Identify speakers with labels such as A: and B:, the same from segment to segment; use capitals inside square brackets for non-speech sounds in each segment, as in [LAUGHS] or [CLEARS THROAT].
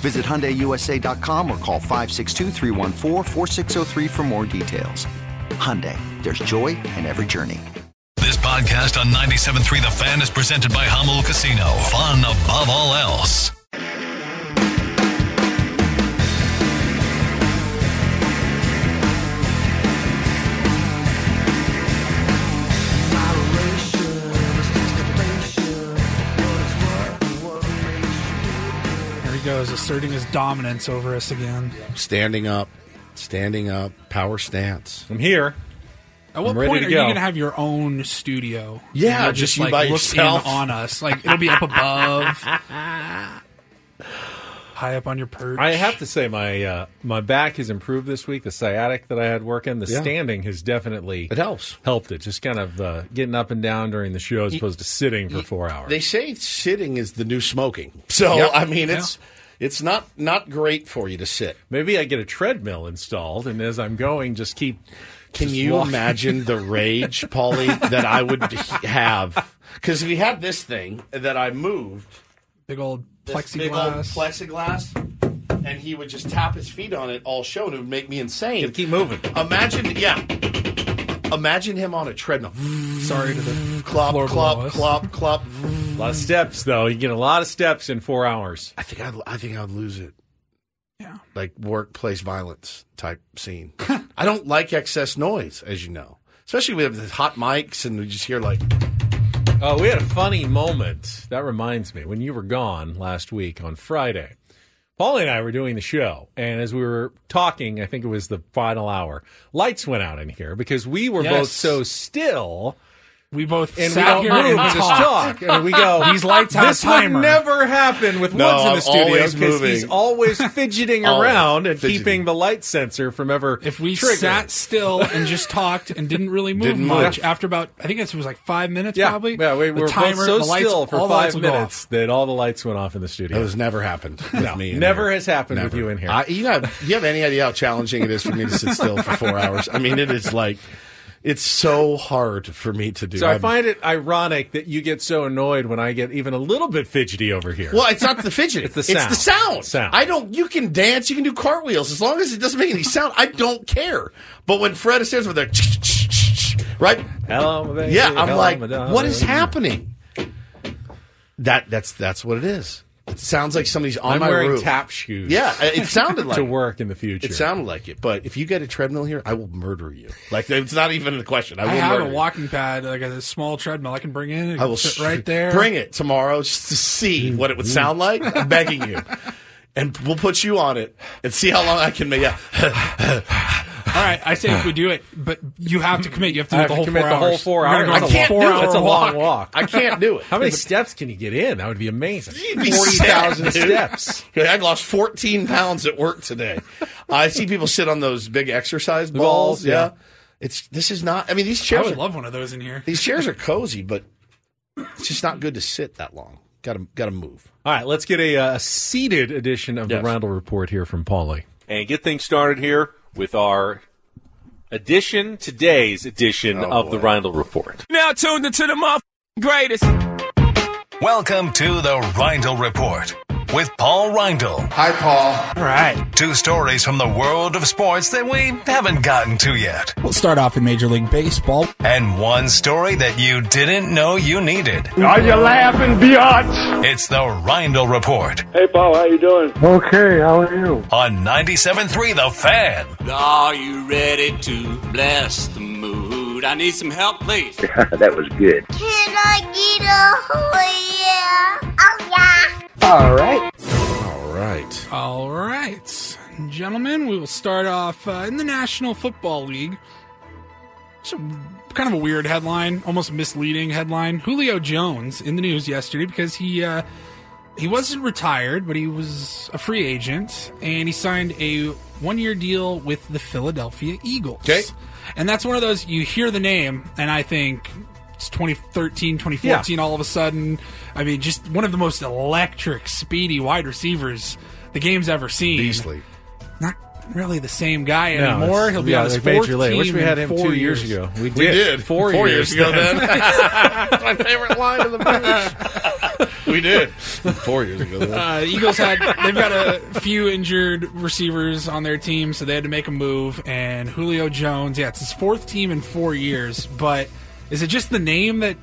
A: Visit HyundaiUSA.com or call 562-314-4603 for more details. Hyundai, there's joy in every journey.
B: This podcast on 97.3 The Fan is presented by Hummel Casino. Fun above all else.
C: There he goes, asserting his dominance over us again.
D: Standing up, standing up, power stance.
E: I'm here.
C: At what
E: I'm ready
C: point
E: to
C: are you
E: go.
C: going to have your own studio?
D: Yeah,
C: You'll
D: just you
C: like
D: by
C: look
D: yourself.
C: in on us. Like it'll be up
E: [LAUGHS]
C: above, high up on your perch.
E: I have to say my uh, my back has improved this week. The sciatic that I had working, the
D: Yeah.
E: standing has definitely
D: It helps.
E: helped it. Just kind of uh, getting up and down during the show as opposed to sitting for four hours.
D: They say sitting is the new smoking. [LAUGHS] So
E: Yep.
D: I mean, it's it's not not great for you to sit.
E: Maybe I get a treadmill installed, and as I'm going, just keep.
D: Can
E: just
D: you
E: walk-
D: imagine the rage, Paulie, that I would [LAUGHS] have? Because we had this thing that I moved
C: big old
D: this
C: plexiglass.
D: big old plexiglass, and he would just tap his feet on it all show, and it would make me insane.
E: Just keep moving?
D: Imagine, yeah, imagine him on a treadmill.
C: Sorry to the
D: Clop,
C: floor below
D: clop,
C: us.
D: clop, clop.
E: A lot of steps, though. You get a lot of steps in four hours.
D: I think I'd, I think I'd lose it.
C: Yeah.
D: like workplace violence type
E: [LAUGHS]
D: scene. I don't like excess noise, as you know, especially we have the hot mics and we just hear like
E: Oh, we had a funny moment. That reminds me. When you were gone last week on Friday, Paul and I were doing the show. And as we were talking, I think it was the final hour, lights went out in here because we were both
D: Yes.
E: so still
C: We both
E: and
C: sat
E: we
C: here
E: don't move,
C: and
E: we just
C: talked.
E: talk. And we
C: [LAUGHS]
E: go,
C: These lights have
E: This
C: timer."
E: would never happen with
D: No,
E: Woods in the
D: I'm
E: studio
D: always
E: because he's
C: [LAUGHS]
D: moving.
E: always fidgeting
D: Always
E: around and
D: fidgeting.
E: keeping the light sensor from ever
C: If we
E: triggering.
C: sat still and just talked and didn't really move
D: Didn't move.
C: much, after about I think it was like five minutes
E: yeah,
C: probably.
E: yeah, we
C: the
E: were
C: timer,
E: both so
C: the lights,
E: still for
C: all the lights
E: five
C: would go
E: minutes
C: off.
E: that all the lights went off in the studio.
D: that has never happened with
E: No,
D: me. in
E: never
D: here.
E: has happened with you in here.
D: I, you have you have any idea how challenging it is for me to sit still for four hours? I mean, it is like it's so hard for me to do.
E: So I
D: I'm-
E: find it ironic that you get so annoyed when I get even a little bit fidgety over here.
D: Well, it's
E: [LAUGHS]
D: not the fidget.
E: It's the
D: It's the
E: sound.
D: sound.
E: Sound.
D: I don't. You can dance. You can do cartwheels as long as it doesn't make any sound. I don't care. But when Fred Astaire's with the right,
E: Hello, baby.
D: yeah, I'm
E: Hello,
D: like,
E: Madonna.
D: what is happening? That that's that's what it is. It sounds like somebody's on
E: I'm
D: my
E: wearing
D: roof.
E: tap shoes.
D: Yeah,
E: [LAUGHS]
D: it sounded like
E: to work in the future.
D: It sounded like it. But if you get a treadmill here, I will murder you. Like it's not even a question. I will
C: I have
D: murder
C: a
D: you.
C: walking pad, like a small treadmill I can bring in. It
D: I will
C: sit
D: s- [LAUGHS]
C: right there.
D: Bring it tomorrow just to see what it would sound like. I'm begging you. And we'll put you on it and see how long I can make. Yeah. [LAUGHS]
C: All right, I say if we do it, but you have to commit. You have to do
E: I
C: it
E: have
C: the
E: to
C: whole
E: commit
C: four
E: the whole
C: hours.
E: four
C: We're gonna go
E: hours.
C: on a
D: I can't
C: four
D: do it.
C: hour
E: That's a long
C: walk.
E: walk.
D: I can't do it. [LAUGHS]
E: How many steps can you get in? That would be amazing.
D: You'd be
E: Forty
D: sad,
E: thousand
D: [LAUGHS] dude.
E: steps.
D: I lost 14 pounds at work today. I see people sit on those big exercise balls.
E: balls,
D: yeah.
E: yeah.
D: It's this is not. I mean, these
C: I
D: chairs.
C: would
D: Are,
C: love one of those in here.
D: these chairs are cozy, but it's just not good to sit that long. Got to got to move.
E: All right, let's get a uh, seated edition of the
D: Yes.
E: Roundel Report here from Paulie.
F: and get things started here with our edition, today's edition of the Rindle Report.
G: now tuned into the mother greatest.
B: Welcome to the Rindle Report, with Paul Reindl.
D: Hi, Paul.
C: All right.
B: Two stories from the world of sports that we haven't gotten to yet,
G: We'll start off in Major League Baseball.
B: and one story that you didn't know you needed.
H: Are you laughing, biatch?
B: It's the Reindl Report
H: Hey, Paul, how you doing? Okay, how are you?
B: on 97.3 The Fan.
I: Are you ready to bless the mood? I need some help, please.
J: Can I get a oh yeah? Oh yeah.
D: All right.
C: All right, gentlemen, we will start off uh, in the National Football League. So, kind of a weird headline, almost misleading headline. Julio Jones in the news yesterday because he uh, he wasn't retired, but he was a free agent, and he signed a one-year deal with the Philadelphia Eagles.
D: Okay.
C: and that's one of those you hear the name, and I think. It's 2013, 2014, all of a sudden. I mean, just one of the most electric, speedy wide receivers the game's ever seen
D: Beasley.
C: not really the same guy
E: No,
C: anymore.
E: it's-
C: He'll be
E: yeah,
C: on his
E: like
C: fourth
E: major
C: team
E: league. Wish we
C: in
E: had him
C: four
E: two years.
C: years
E: ago.
D: We did.
E: Four, years,
D: ago
E: then.
D: then. That's my favorite line of the movie. [LAUGHS] we did. Four years ago then.
C: Uh, Eagles had they've got a few injured receivers on their team, so they had to make a move. And Julio Jones, yeah, it's his fourth team in four years. But is it just the name that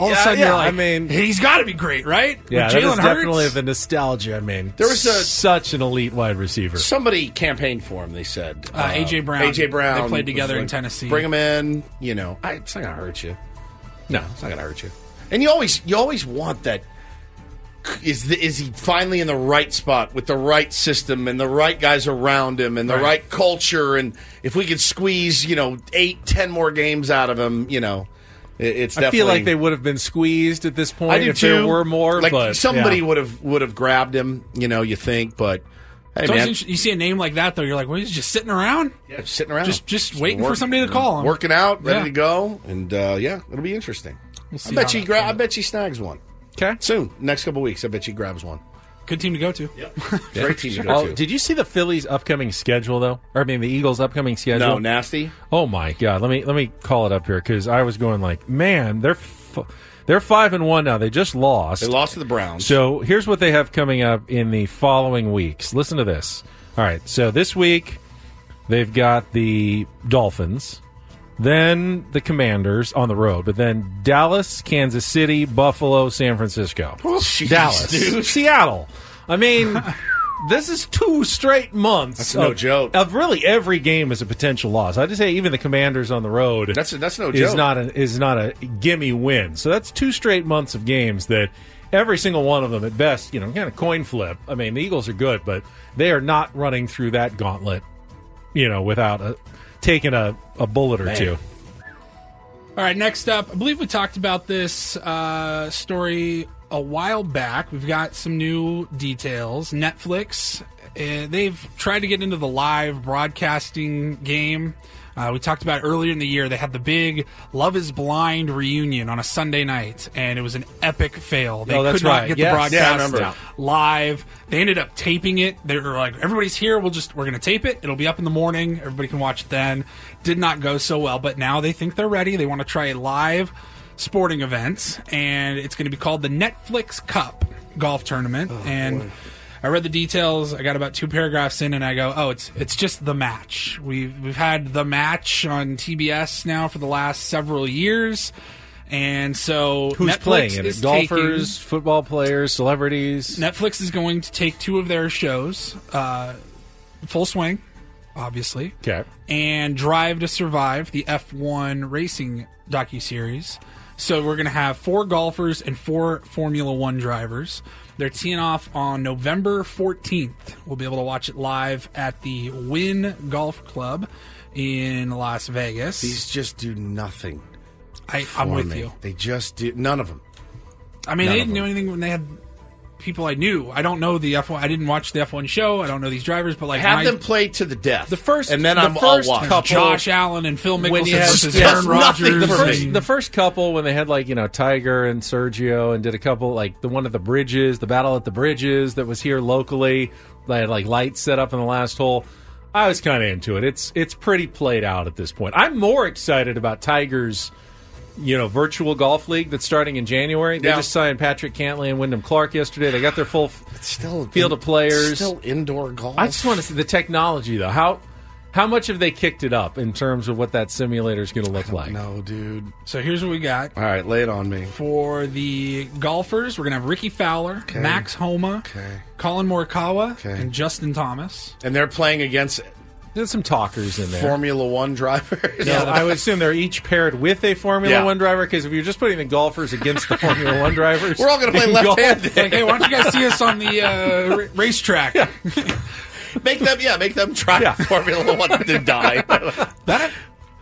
C: all of a
E: Yeah,
C: sudden
E: yeah,
C: you're like,
E: I mean-
C: he's got to be great, right?
E: Yeah,
C: With
E: that is
C: Jalen Hurts?
E: definitely the nostalgia. I mean,
D: There was a-
E: such an elite wide receiver.
D: Somebody campaigned for him, they said.
C: Uh, A.J. Brown.
D: AJ Brown.
C: They played
D: was
C: together in
D: like,
C: Tennessee.
D: Bring him in. You know, I, it's not going to hurt you.
E: No,
D: It's not going to hurt you. And you always you always want that. Is the, is he finally in the right spot with the right system and the right guys around him and the right, culture and if we could squeeze you know eight ten more games out of him you know it, it's
E: I feel
D: definitely-
E: like they would have been squeezed at this point
D: I do
E: if
D: too.
E: there were more.
D: like
E: but,
D: somebody
E: yeah.
D: would have would have grabbed him you know you think but hey
C: So it's
D: man
C: inter- you see a name like that though, you're like, well, he's just sitting around.
D: yeah, just sitting around
C: Just- just waiting for somebody to call him.
D: working out ready
C: Yeah.
D: to go and uh, yeah it'll be interesting I
C: see
D: bet
C: how
D: you
C: that
D: gra-
C: goes.
D: I bet you snags one
E: Okay.
D: soon next couple weeks I bet you grabs one.
C: Good team to go to.
D: Great team to go
E: Oh,
D: to.
E: did you see the Phillies' upcoming schedule though? Or I mean, the Eagles' upcoming schedule.
D: no, nasty.
E: Oh my god, let me let me call it up here because I was going like, man, they're f- they're five and one now. They just lost.
D: They lost to the Browns.
E: So here's what they have coming up in the following weeks. Listen to this. All right, so this week they've got the Dolphins, then the Commanders on the road, but then Dallas, Kansas City, Buffalo, San Francisco,
D: jeez,
E: Dallas,
D: dude.
E: Seattle.
D: [LAUGHS]
E: I mean. This is two straight months
D: That's
E: of,
D: no joke.
E: of really every game is a potential loss. I just say even the Commanders on the road
D: That's that's no
E: is
D: joke.
E: not a, is not a gimme win. So that's two straight months of games that every single one of them, at best, you know, kind of coin flip. I mean, the Eagles are good, but they are not running through that gauntlet, you know, without a, taking a, a bullet or two.
C: All right, next up, I believe we talked about this uh, story a while back. We've got some new details. Netflix, uh, they've tried to get into the live broadcasting game. Uh, we talked about earlier in the year, they had the big Love is Blind reunion on a Sunday night, and it was an epic fail. They
E: Oh, that's
C: could not
E: right.
C: get the
E: Yes. Yeah, I
C: broadcast
E: remember.
C: live. They ended up taping it. They were like, everybody's here. We'll just, we're going to tape it. It'll be up in the morning. Everybody can watch it then. Did not go so well, but now they think they're ready. They want to try a live sporting event, and it's going to be called the Netflix Cup golf tournament.
E: Oh,
C: and. I read the details. I got about two paragraphs in, and I go, "Oh, it's it's just the match. We've we've had the match on TBS now for the last several years, and so
E: Who's
C: Netflix
E: playing in it?
C: is taking-
E: Golfers, football players, celebrities.
C: Netflix is going to take two of their shows, uh, Full Swing, obviously,
E: Okay.
C: and Drive to Survive, the F1 racing docu series. So we're going to have four golfers and four Formula One drivers. They're teeing off on November 14th. We'll be able to watch it live at the Wynn Golf Club in Las Vegas.
D: These just do nothing.
C: I, I'm
D: for
C: with
D: me.
C: you.
D: They just do none of them.
C: I mean,
D: None
C: they
D: of
C: didn't do
D: them.
C: anything when they had people I knew. I don't know the F1. I didn't watch the F1 show. I don't know these drivers, but like
D: Have
C: when I-
D: them play to the death.
E: The first-
D: and then
E: the
D: I'm
E: first
D: I'll watch.
E: couple-
C: Josh Allen and Phil
E: When
C: Mickelson
E: you have-
C: versus
D: Yes,
C: Aaron
D: nothing
C: Rodgers.
D: the
E: the
D: for
E: first,
D: me.
E: the first couple when they had like you know Tiger and Sergio and did a couple like the one at the bridges, the battle at the bridges that was here locally. They had like lights set up in the last hole. I was kind of into it. It's it's pretty played out at this point. I'm more excited about Tiger's you know, virtual golf league that's starting in January. They
D: Yeah.
E: just signed Patrick Cantley and Wyndham Clark yesterday. They got their full f-
D: Still
E: field of players.
D: Still indoor golf.
E: I just want to see the technology though. How how much have they kicked it up in terms of what that simulator is going to look like?
D: No, dude.
C: So here's what we got.
D: All right, lay it on me.
C: For the golfers, we're going to have Ricky Fowler, Max Homa, Colin Morikawa, and Justin
D: [LAUGHS]
C: Thomas.
D: And they're playing against
E: There's some talkers in there.
D: Formula One drivers.
E: No, I would assume they're each paired with a Formula
D: Yeah.
E: One driver because if you're just putting the golfers against the
D: [LAUGHS]
E: Formula One drivers,
D: We're all gonna play
E: in golf-
D: left-handed.
C: Like, hey, why don't you guys see us on the uh, ra- racetrack?
D: make them, yeah, make them try
E: Yeah.
D: Formula One to die.
C: That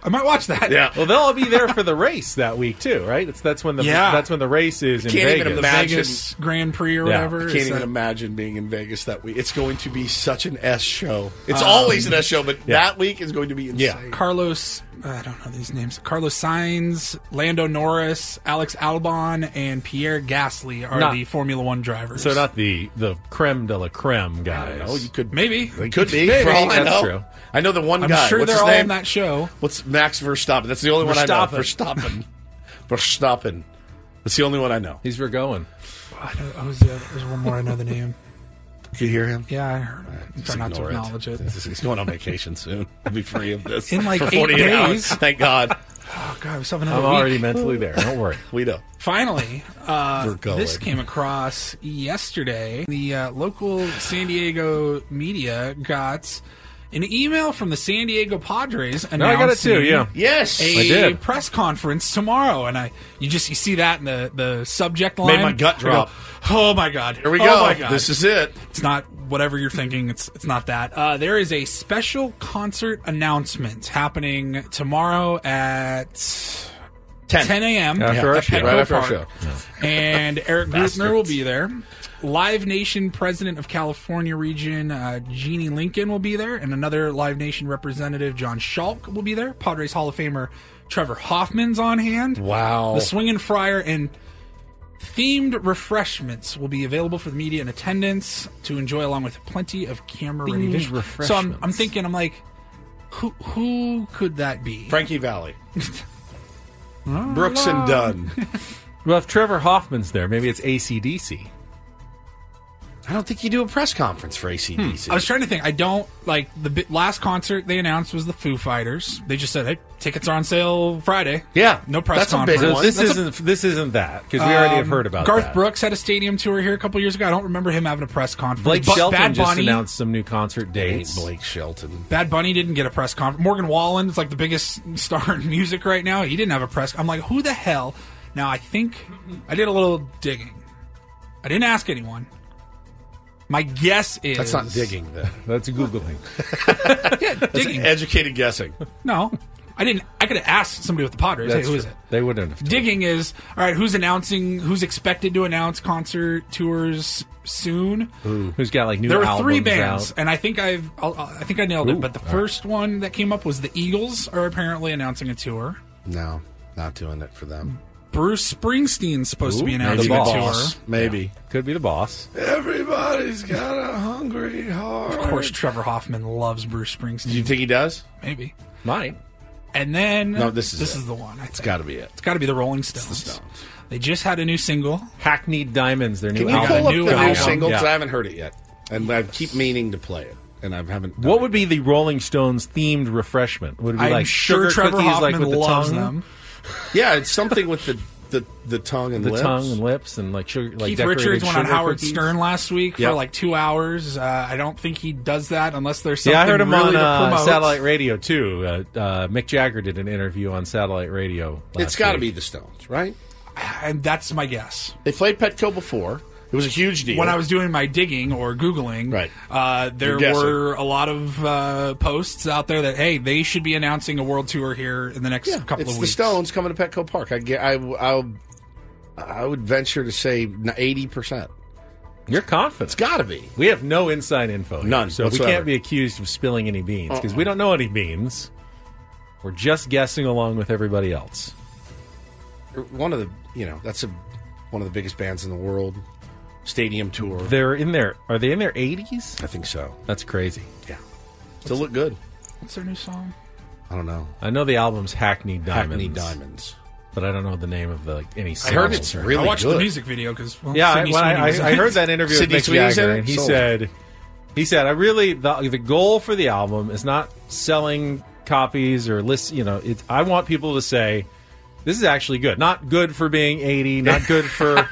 C: I might watch that.
D: yeah,
E: Well, they'll all be there for the race that week too, right? It's, that's when the
C: Yeah.
E: that's when the race is in
D: Can't even
E: Vegas.
C: The
D: Imagine-
C: Vegas Grand Prix or
E: Yeah.
C: whatever. uh,
D: I
C: is
D: can't even
C: that-
D: imagine being in Vegas that week. It's going to be such an S show. It's always an S show, but that week is going to be insane.
C: Carlos, I don't know these names. Carlos Sainz, Lando Norris, Alex Albon, and Pierre Gasly are
E: Not-
C: the Formula One drivers.
E: So not the the creme de la creme guys.
D: Oh, you could
C: maybe.
D: It could be.
E: Maybe.
D: for all I know.
E: That's true.
D: I know the one
C: I'm
D: guy.
C: sure
D: What's
C: they're
D: his
C: all
D: name?
C: on that show.
D: What's Max Verstappen? That's the only one I know.
E: Verstappen.
D: Verstappen. Verstappen. That's the only one I know.
E: He's were going.
C: I know, oh, was the other, there's one more. I know the
D: [LAUGHS]
C: name.
D: Can you hear him?
C: Yeah, I heard. it.
D: Just
C: Try not to
D: ignore
C: acknowledge it.
D: He's he's going on vacation soon. [LAUGHS] He'll be free of this
C: In like
D: for
C: eight
D: 48
C: days.
D: hours. Thank God.
C: Oh God, I was having another
E: I'm
C: week.
E: already mentally there.
D: [LAUGHS]
E: Don't worry.
D: We know.
C: Finally, uh,
D: We're going.
C: this came across yesterday. The uh, local San Diego media got an email from the San Diego Padres announcing
E: No, I got it too. Yeah.
D: Yes.
E: I
C: a
E: did.
C: press conference tomorrow, and I you just you see that in the the subject line.
D: Made my gut
C: I
D: drop.
C: go, oh my god!
D: Here we
C: Oh,
D: go.
C: my God.
D: This is it.
C: it's not whatever you're thinking. It's it's not that. Uh, there is a special concert announcement happening tomorrow at
D: 10.
C: 10 a.m.
E: After
C: at
E: our show.
C: Petco
E: Right after our
C: Park.
E: show.
C: And
E: [LAUGHS]
C: Eric Grubner will be there. Live Nation president of California region, uh, Jeannie Lincoln, will be there. And another Live Nation representative, John Schalk, will be there. Padres Hall of Famer Trevor Hoffman's on hand.
D: Wow.
C: The Swingin' Friar and themed refreshments will be available for the media in attendance to enjoy along with plenty of camera ready
E: Themed
C: visuals. So I'm, I'm
E: refreshments.
C: thinking, I'm like, who, who could that be? [LAUGHS]
D: Frankie Valley. Brooks and Dunn.
E: Well, if Trevor Hoffman's there, maybe it's ACDC.
D: I don't think you do a press conference for
E: Hmm.
D: ACDC.
C: I was trying to think. I don't like the bi- last concert they announced was the Foo Fighters. They just said, "Hey, tickets are on sale Friday."
D: Yeah,
C: no press
D: that's a big
C: conference.
D: one.
E: So this
D: That's a- Um,
E: isn't this isn't that because we already have heard about
C: Garth
E: that.
C: Brooks had a stadium tour here a couple years ago. I don't remember him having a press conference.
E: Blake
C: But
E: Shelton
C: Bad
E: just
C: Bunny,
E: announced some new concert dates.
D: Blake Shelton.
C: Bad Bunny didn't get a press conference. Morgan Wallen is like the biggest [LAUGHS] star in music right now. He didn't have a press. I'm like, who the hell? Now I think I did a little digging. I didn't ask anyone. My guess is
D: That's not digging,
C: [LAUGHS]
D: though.
E: That's googling.
C: Yeah, digging.
D: Educated guessing.
C: No, I didn't. I could have asked somebody with the Padres. Hey,
E: That's
C: who is
E: true.
C: it?
E: They wouldn't have.
C: Digging is all right. Who's announcing? Who's expected to announce concert tours soon?
E: Who's got like new?
C: There were three
E: albums
C: bands,
E: out.
C: and I think I've I'll, I'll- I think I nailed it.
E: Ooh,
C: But the
E: all right.
C: first one that came up was the Eagles are apparently announcing a tour.
D: No, not doing it for them.
C: Bruce Springsteen's supposed to be
E: Ooh,
C: announcing
E: maybe
C: a
E: the
C: tour.
E: boss.
D: Maybe.
E: Could be the boss.
D: Everybody's got a hungry heart.
C: Of course, Trevor Hoffman loves Bruce Springsteen.
D: Do you think he does?
C: maybe?
E: Might.
C: And then
D: No, this is
C: this
D: it.
C: is the one. I think. It's
D: It's got to be it.
C: got to be the Rolling Stones.
D: Stones.
C: They just had a new single.
E: Hackneyed Diamonds, their new
D: Can you
E: album.
D: pull up
C: new
D: the new
C: album.
D: single? Because
E: Yeah.
D: I haven't heard it yet, and I keep meaning to play it, and I haven't. done
E: What
D: it.
E: would be the Rolling Stones themed refreshment? Would it be
C: I'm
E: like
C: sure
E: sugar
C: Trevor
E: cookies,
C: Hoffman
E: like with the
C: loves
E: tongue,
C: them.
D: Yeah, it's something with the the, the tongue and
E: the
D: lips.
E: tongue and lips, and like sugar, like
C: Keith
E: decorated
C: Richards went on
E: sugar
C: Howard
E: cookies?
C: Stern last week
D: Yep.
C: for like two hours. Uh, I don't think he does that unless there's something
E: Yeah, I heard him
C: really
E: on
C: to
E: uh,
C: promote.
E: satellite radio too. Uh, uh, Mick Jagger did an interview on satellite radio. Last
D: It's got to
E: week.
D: be the Stones, right?
C: And that's my guess.
D: They played Petco before. It was a huge deal.
C: When I was doing my digging or googling,
D: Right.
C: uh, there
D: You're guessing.
C: were a lot of uh, posts out there that hey, they should be announcing a world tour here in the next
D: yeah,
C: couple
D: it's
C: of
D: the
C: weeks.
D: Stones coming to Petco Park. I get. I I, I would venture to say eighty percent.
E: You're confident.
D: It's got to be.
E: we have no inside info. here,
D: None
E: so we
D: whatsoever.
E: can't be accused of spilling any beans because
C: Uh-uh.
E: we don't know any beans. We're just guessing along with everybody else.
D: One of the you know that's a one of the biggest bands in the world. Stadium tour.
E: They're in their are they in their eighties?
D: I think so.
E: That's crazy.
D: Yeah, still look good.
C: What's their new song?
D: I don't know.
E: I know the album's Hackney Diamonds.
D: Hackney Diamonds.
E: but I don't know the name of the, like, any.
C: I heard
E: songs
C: it's
E: or
C: really
E: anything.
C: I watched the good. music video 'cause, well,
E: yeah, I,
C: Sydney
E: when I-
C: Sweeney
E: I-
C: was in
E: I
C: it.
E: heard that interview
C: Sydney
E: with Mick
C: Sweeney's in
E: Jagger,
C: it?
E: and he
C: Sold.
E: said, he said, I really the the goal for the album is not selling copies or list. You know, it's I want people to say. This is actually good. Not good for being 80, not
D: [LAUGHS]
E: good for,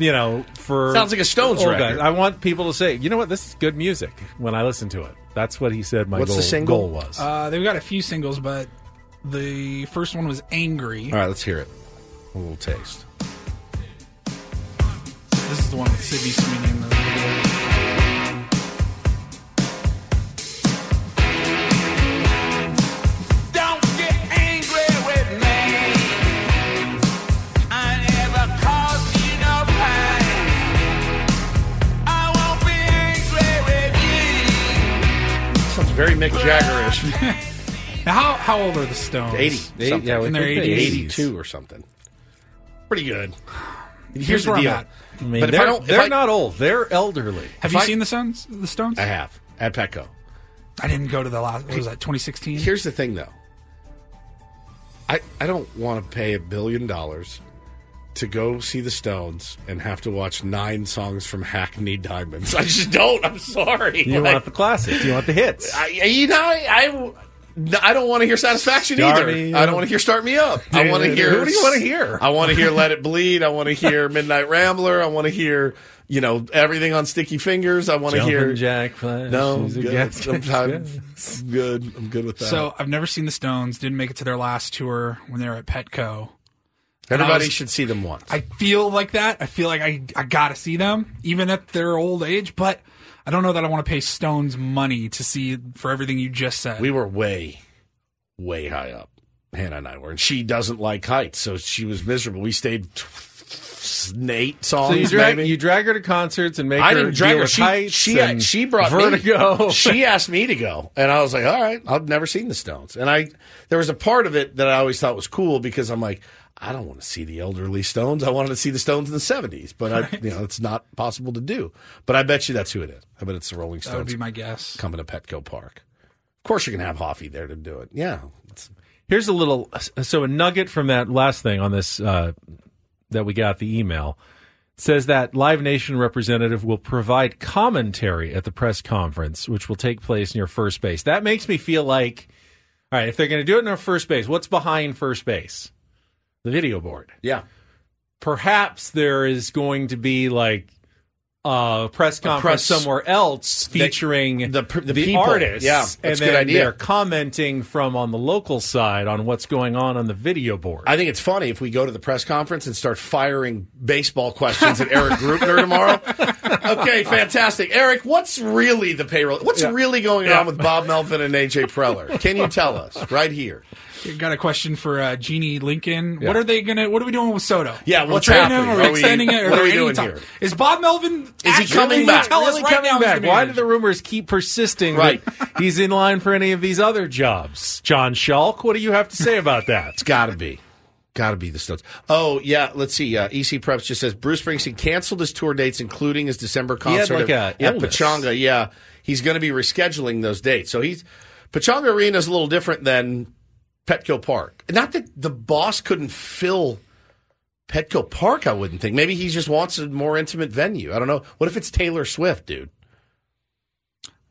E: you know, for.
D: Sounds like a Stones
E: old
D: record.
E: guys. I want people to say, you know what, this is good music when I listen to it. That's what he said my
D: What's the
E: goal,
D: single?
E: goal was.
C: Uh, they've got a few singles, but the first one was Angry.
D: All right, let's hear it. A little taste.
C: This is the one with Sydney Sweeney in the video.
K: Don't get angry with me. I never caused you no pain. I won't be angry with you.
D: Sounds very Mick Jaggerish.
C: Now, how, how old are the Stones?
D: 80.
C: They-
D: something.
C: yeah, I would
D: in their
C: think they
D: 80s.
C: 80s.
D: 82 or something. Pretty good.
C: Here's
D: the
C: where I'm
D: deal.
C: at.
E: I mean,
D: but if
E: they're,
D: I don't, if
E: they're
D: I,
E: not old. They're elderly.
C: Have
D: If
C: you
D: I-
C: seen the Stones? The Stones?
D: I have at Petco.
C: I didn't go to the last. What was that? 2016.
D: Here's the thing, though. I I don't want to pay a billion dollars to go see the Stones and have to watch nine songs from Hackney Diamonds. [LAUGHS] I just don't. I'm sorry.
E: You
D: Like,
E: want the classics. You want the hits.
D: I, you know, I, I, I don't want to hear satisfaction
E: Start
D: either.
E: Me
D: I don't
E: Up.
D: want to hear "Start Me Up." I want to hear.
E: Who do you wanna hear?
D: I want to hear "Let It
E: [LAUGHS]
D: Bleed." I want to hear "Midnight Rambler." I want to hear you know everything on Sticky Fingers. I want to
E: Jumpin'
D: hear.
E: Jack Flash.
D: no, I'm
E: He's a
D: good.
E: gas-
D: [LAUGHS]
E: [LAUGHS]
D: Sometimes I'm good. I'm good with that.
C: So I've never seen the Stones. Didn't make it to their last tour when they were at Petco. And I
D: everybody
C: was-
D: should see them once.
C: I feel like that. I feel like I I gotta see them even at their old age. But I don't know that I want to pay Stones money to see for everything you just said.
D: we were way, way high up. Hannah and I were, and she doesn't like heights, so she was miserable. We stayed eight songs.
E: So you drag,
D: maybe.
E: you drag her to concerts and make
D: I
E: her
D: didn't drag
E: deal
D: her.
E: with
D: She
E: heights
D: she, uh,
E: and
D: she brought [LAUGHS]
E: vertigo. [LAUGHS]
D: Me, she asked me to go, and I was like, "All right, I've never seen the Stones." And I there was a part of it that I always thought was cool because I'm like, I don't want to see the elderly Stones. I wanted to see the Stones in the '70s, but I, you know, it's not possible to do. But I bet you that's who it is. I bet it's the Rolling
C: that would
D: Stones
C: be my guess.
D: coming to Petco Park. Of course, you're gonna have Hoffy there to do it. Yeah, it's
E: Here's a little so a nugget from that last thing on this uh, that we got the email It says that Live Nation representative will provide commentary at the press conference, which will take place near first base. That makes me feel like, all right, if they're going to do it near first base, what's behind first base? The video board.
D: yeah.
E: Perhaps there is going to be like a press conference
D: press-
E: somewhere else featuring
D: the pr- the
E: the,
D: people.
E: artists.
D: Yeah, that's
E: and
D: a
E: then
D: good idea.
E: they're commenting from on the local side on what's going on on the video board.
D: I think it's funny if we go to the press conference and start firing baseball questions at Eric Grubner tomorrow. Okay, fantastic. Eric, what's really the payroll? What's really going on with Bob Melvin and AJ Preller? Can you tell us right here?
C: You Got a question for uh, Jeannie Lincoln. What are they gonna? What are we doing with Soto?
D: Yeah,
C: Are we
D: what's
C: trading Him?
D: happening?
C: Are
D: Are
C: we
D: we-
C: extending it?
D: what are we
C: there any
D: doing
C: time-
D: here?
C: Is Bob Melvin?
D: Is he coming
C: actually-
D: back?
C: Tell
E: really
C: us right
E: coming
C: now he's
E: back.
C: gonna be
E: Why do
C: here.
E: the rumors keep persisting? [LAUGHS]
D: Right.
E: that he's in line for any of these other jobs. John Schalk, what do you have to say about that? [LAUGHS]
D: It's got to be. Got to be the Stones. Oh, yeah. Let's see. Uh, EC Preps just says Bruce Springsteen canceled his tour dates, including his December
E: had,
D: concert
E: like,
D: at,
E: a
D: at
E: illness.
D: Pachanga. Yeah. He's going to be rescheduling those dates. So he's. Pachanga Arena is a little different than Petco Park. Not that the boss couldn't fill Petco Park, I wouldn't think. Maybe he just wants a more intimate venue. I don't know. What if it's Taylor Swift, dude?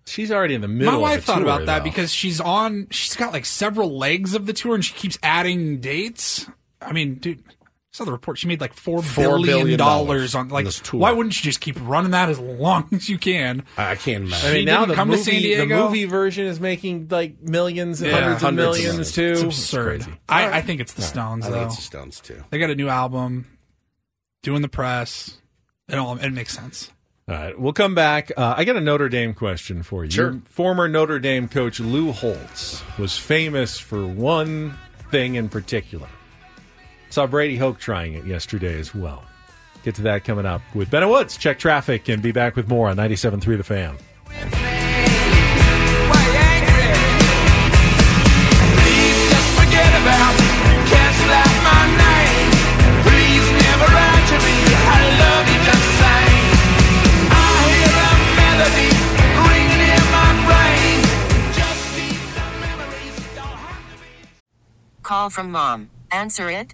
E: She's already in the middle.
C: My wife
E: of a
C: thought
E: tour,
C: about that
E: though.
C: because she's on. She's got like several legs of the tour, and she keeps adding dates. I mean, dude, I saw the report. She made like four,
D: Four
C: billion
D: billion
C: dollars
D: on
C: on like.
D: this tour.
C: Why wouldn't you just keep running that as long as you can?
D: I I can't
E: I
D: imagine.
E: mean,
C: She
E: now
C: didn't
E: the
C: come to
E: movie,
C: San
E: the
C: Diego?
E: movie version is making like millions and
C: Yeah,
E: hundreds,
D: hundreds of
E: of millions
D: millions.
E: too.
C: It's absurd. I, I think it's the Stones
D: I
C: though.
D: think it's the Stones, too.
C: They got a new album, doing the press. It all it makes sense.
E: All right, we'll come back. Uh, I got a Notre Dame question for you.
D: Sure.
E: Former Notre Dame coach Lou Holtz was famous for one thing in particular. Saw Brady Hoke trying it yesterday as well. Get to that coming up with Bennett Woods. Check traffic and be back with more on 97.3 The Fan.
K: Please just forget about me. Cancel out my name. Please never write to me. I love you just the same. I hear a melody ringing in my brain. Just keep the memories. Don't have to be.
L: Call from mom. Answer it.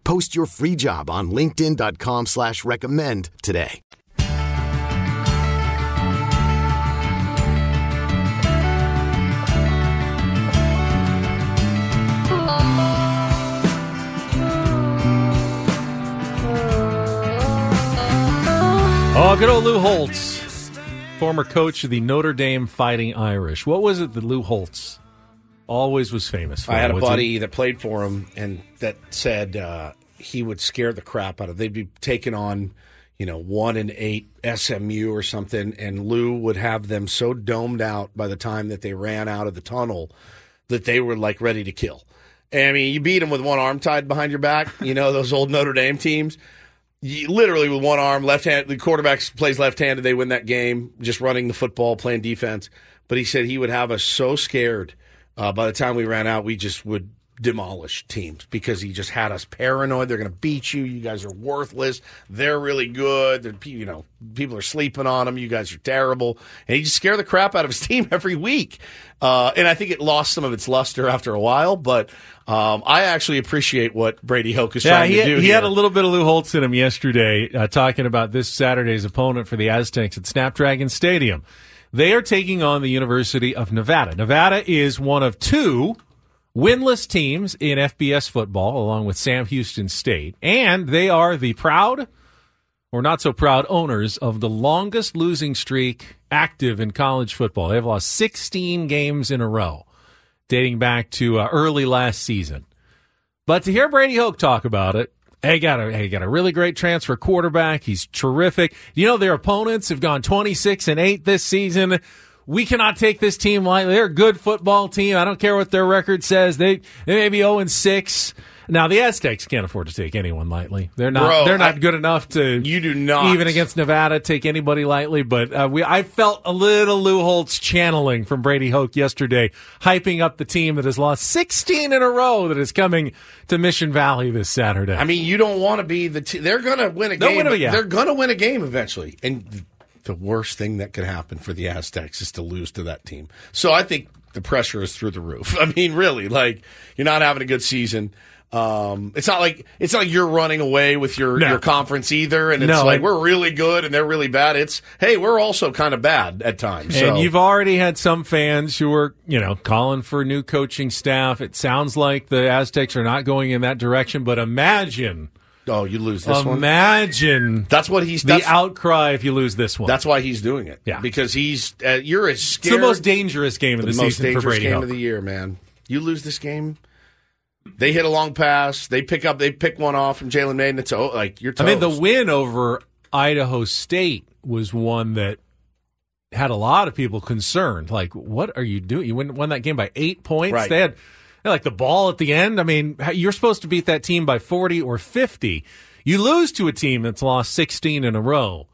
M: Post your free job on linkedin.com slash recommend today.
E: Oh, good old Lou Holtz, former coach of the Notre Dame Fighting Irish. What was it that Lou Holtz always was famous for?
D: I had a
E: Was it-
D: buddy that played for him, and that said uh, he would scare the crap out of. They'd be taking on, you know, one and eight SMU or something, and Lou would have them so domed out by the time that they ran out of the tunnel that they were like ready to kill. And, I mean, you beat them with one arm tied behind your back. You know those old Notre Dame teams. You, literally with one arm, left hand. The quarterback plays left handed. They win that game just running the football, playing defense. But he said he would have us so scared uh, by the time we ran out, we just would demolish teams because he just had us paranoid. They're going to beat you. You guys are worthless. They're really good. They're, pe- you know, people are sleeping on them. You guys are terrible. And he just scared the crap out of his [LAUGHS] team every week. Uh, and I think it lost some of its luster after a while. But um, I actually appreciate what Brady Hoke is
E: Yeah,
D: trying
E: he,
D: to do.
E: he
D: here.
E: had a little bit of Lou Holtz in him yesterday, uh, talking about this Saturday's opponent for the Aztecs at Snapdragon Stadium. They are taking on the University of Nevada. Nevada is one of two winless teams in FBS football, along with Sam Houston State, and they are the proud or not so proud owners of the longest losing streak active in college football. They've lost 16 games in a row, dating back to uh, early last season. But to hear Brady Hoke talk about it, hey, got a hey, got a really great transfer quarterback. He's terrific. You know their opponents have gone twenty six and eight this season. We cannot take this team lightly. They're a good football team. I don't care what their record says. They they may be zero and six. Now the Aztecs can't afford to take anyone lightly. They're not.
D: Bro,
E: they're not
D: I-
E: good enough to. You do not even against Nevada take anybody lightly. But uh, we I felt a little Lou Holtz channeling from Brady Hoke yesterday, hyping up the team that has lost 16 in a row that is coming to Mission Valley this Saturday.
D: I mean, you don't want to be the. T- they're going to win a
E: They'll
D: game.
E: win a- yeah.
D: They're going to win a game eventually, and th- the worst thing that could happen for the Aztecs is to lose to that team. So I think the pressure is through the roof. [LAUGHS] I mean, really, like you're not having a good season. Um, it's not like it's not like you're running away with your,
E: No.
D: your conference either, and it's
E: No,
D: like
E: I-
D: we're really good and they're really bad. It's hey, we're also kind of bad at times. so.
E: And you've already had some fans who were, you know, calling for new coaching staff. It sounds like the Aztecs are not going in that direction, but imagine.
D: Oh, you lose this one?
E: Imagine.
D: That's what he's
E: the
D: that's-
E: outcry if you lose this one.
D: That's why he's doing it.
E: Yeah.
D: because he's uh, you're as
E: It's
D: scared.
E: the most dangerous game of the,
D: most
E: season
D: dangerous
E: for Brady
D: game
E: Hoke.
D: of the year, man. You lose this game, they hit a long pass, they pick up, they pick one off from Jalen Maiden. It's oh, like you're.
E: I
D: Toast.
E: mean, the win over Idaho State was one that had a lot of people concerned. Like, what are you doing? You win, won that game by eight points.
F: Right.
E: They had they had, like the ball at the end. I mean, how- you're supposed to beat that team by 40 or 50. You lose to a team that's lost 16 in a row.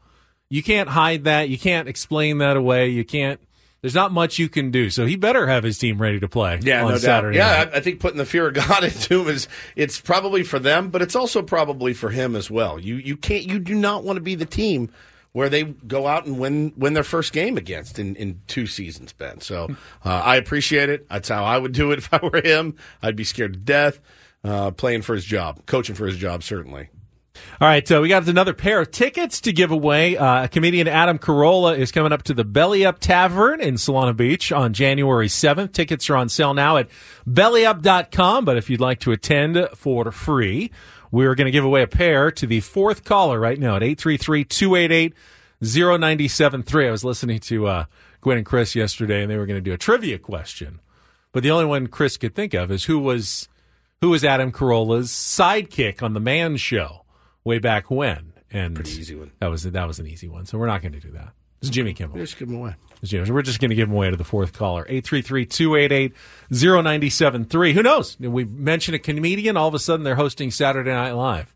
E: You can't hide that. You can't explain that away. You can't. There's not much you can do. So he better have his team ready to play
D: Yeah,
E: on
D: no
E: Saturday.
D: doubt.
E: night.
D: Yeah, I, I think putting the fear of [LAUGHS] God into him is it's probably for them, but it's also probably for him as well. You you can't you do not want to be the team where they go out and win win their first game against in, in two seasons, Ben. So uh, I appreciate it. That's how I would do it [LAUGHS] if I were him. I'd be scared to death. Uh, playing for his job, coaching for his job, certainly.
E: All right, so we got another pair of tickets to give away. Uh, comedian Adam Carolla is coming up to the Belly Up Tavern in Solana Beach on January 7th. Tickets are on sale now at bellyup.com, but if you'd like to attend for free, we are going to give away a pair to the fourth caller right now at 833-288-0973. I was listening to uh, Gwen and Chris yesterday, and they were going to do a trivia question. But the only one Chris could think of is who was who was Adam Carolla's sidekick on the Man Show way back when. And pretty easy one. That was that was an easy one. So we're not going to do that. It's Jimmy Kimmel.
D: Just give him away.
E: It's Jimmy. So We're just going to give him away to the fourth caller 833-288-0973. Who knows? We mention a comedian, all of a sudden they're hosting Saturday Night Live.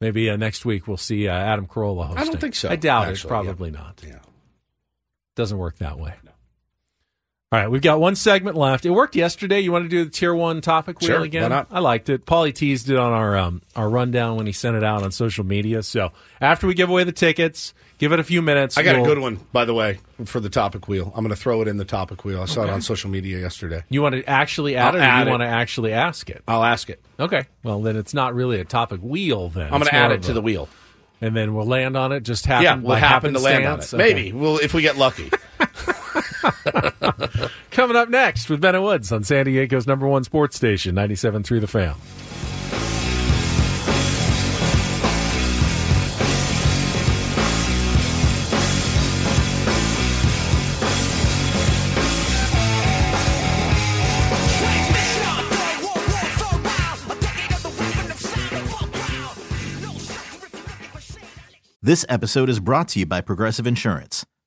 E: Maybe uh, next week we'll see uh, Adam Carolla hosting.
D: I don't think so,
E: I doubt
D: actually,
E: it.
D: yeah.
E: Probably not.
D: Yeah.
E: Doesn't work that way. All right, we've got one segment left. It worked yesterday. You want to do the tier one topic wheel
D: Sure, why
E: again?
D: not?
E: I liked it. Paulie teased it on our um, our rundown when he sent it out on social media. So after we give away the tickets, give it a few minutes.
D: I got a
E: We'll-
D: good one, by the way, for the topic wheel. I'm going to throw it in the topic wheel. I saw it on social media yesterday.
E: You want to actually
D: I'll
E: add it, or
D: add
E: you
D: it.
E: want to actually ask it?
D: I'll ask it.
E: Okay. Well, then it's not really a topic wheel. Then
D: I'm going
E: It's
D: to
E: more
D: add
E: of
D: it to
E: a-
D: the wheel.
E: and then we'll land on it. Just happen.
D: yeah, we'll
E: by
D: happen to land on it.
E: happenstance? Okay.
D: Maybe we'll if we get lucky.
E: [LAUGHS] Coming up next with Bennett Woods on San Diego's number one sports station, 97.3 The Fan.
N: This episode is brought to you by Progressive Insurance.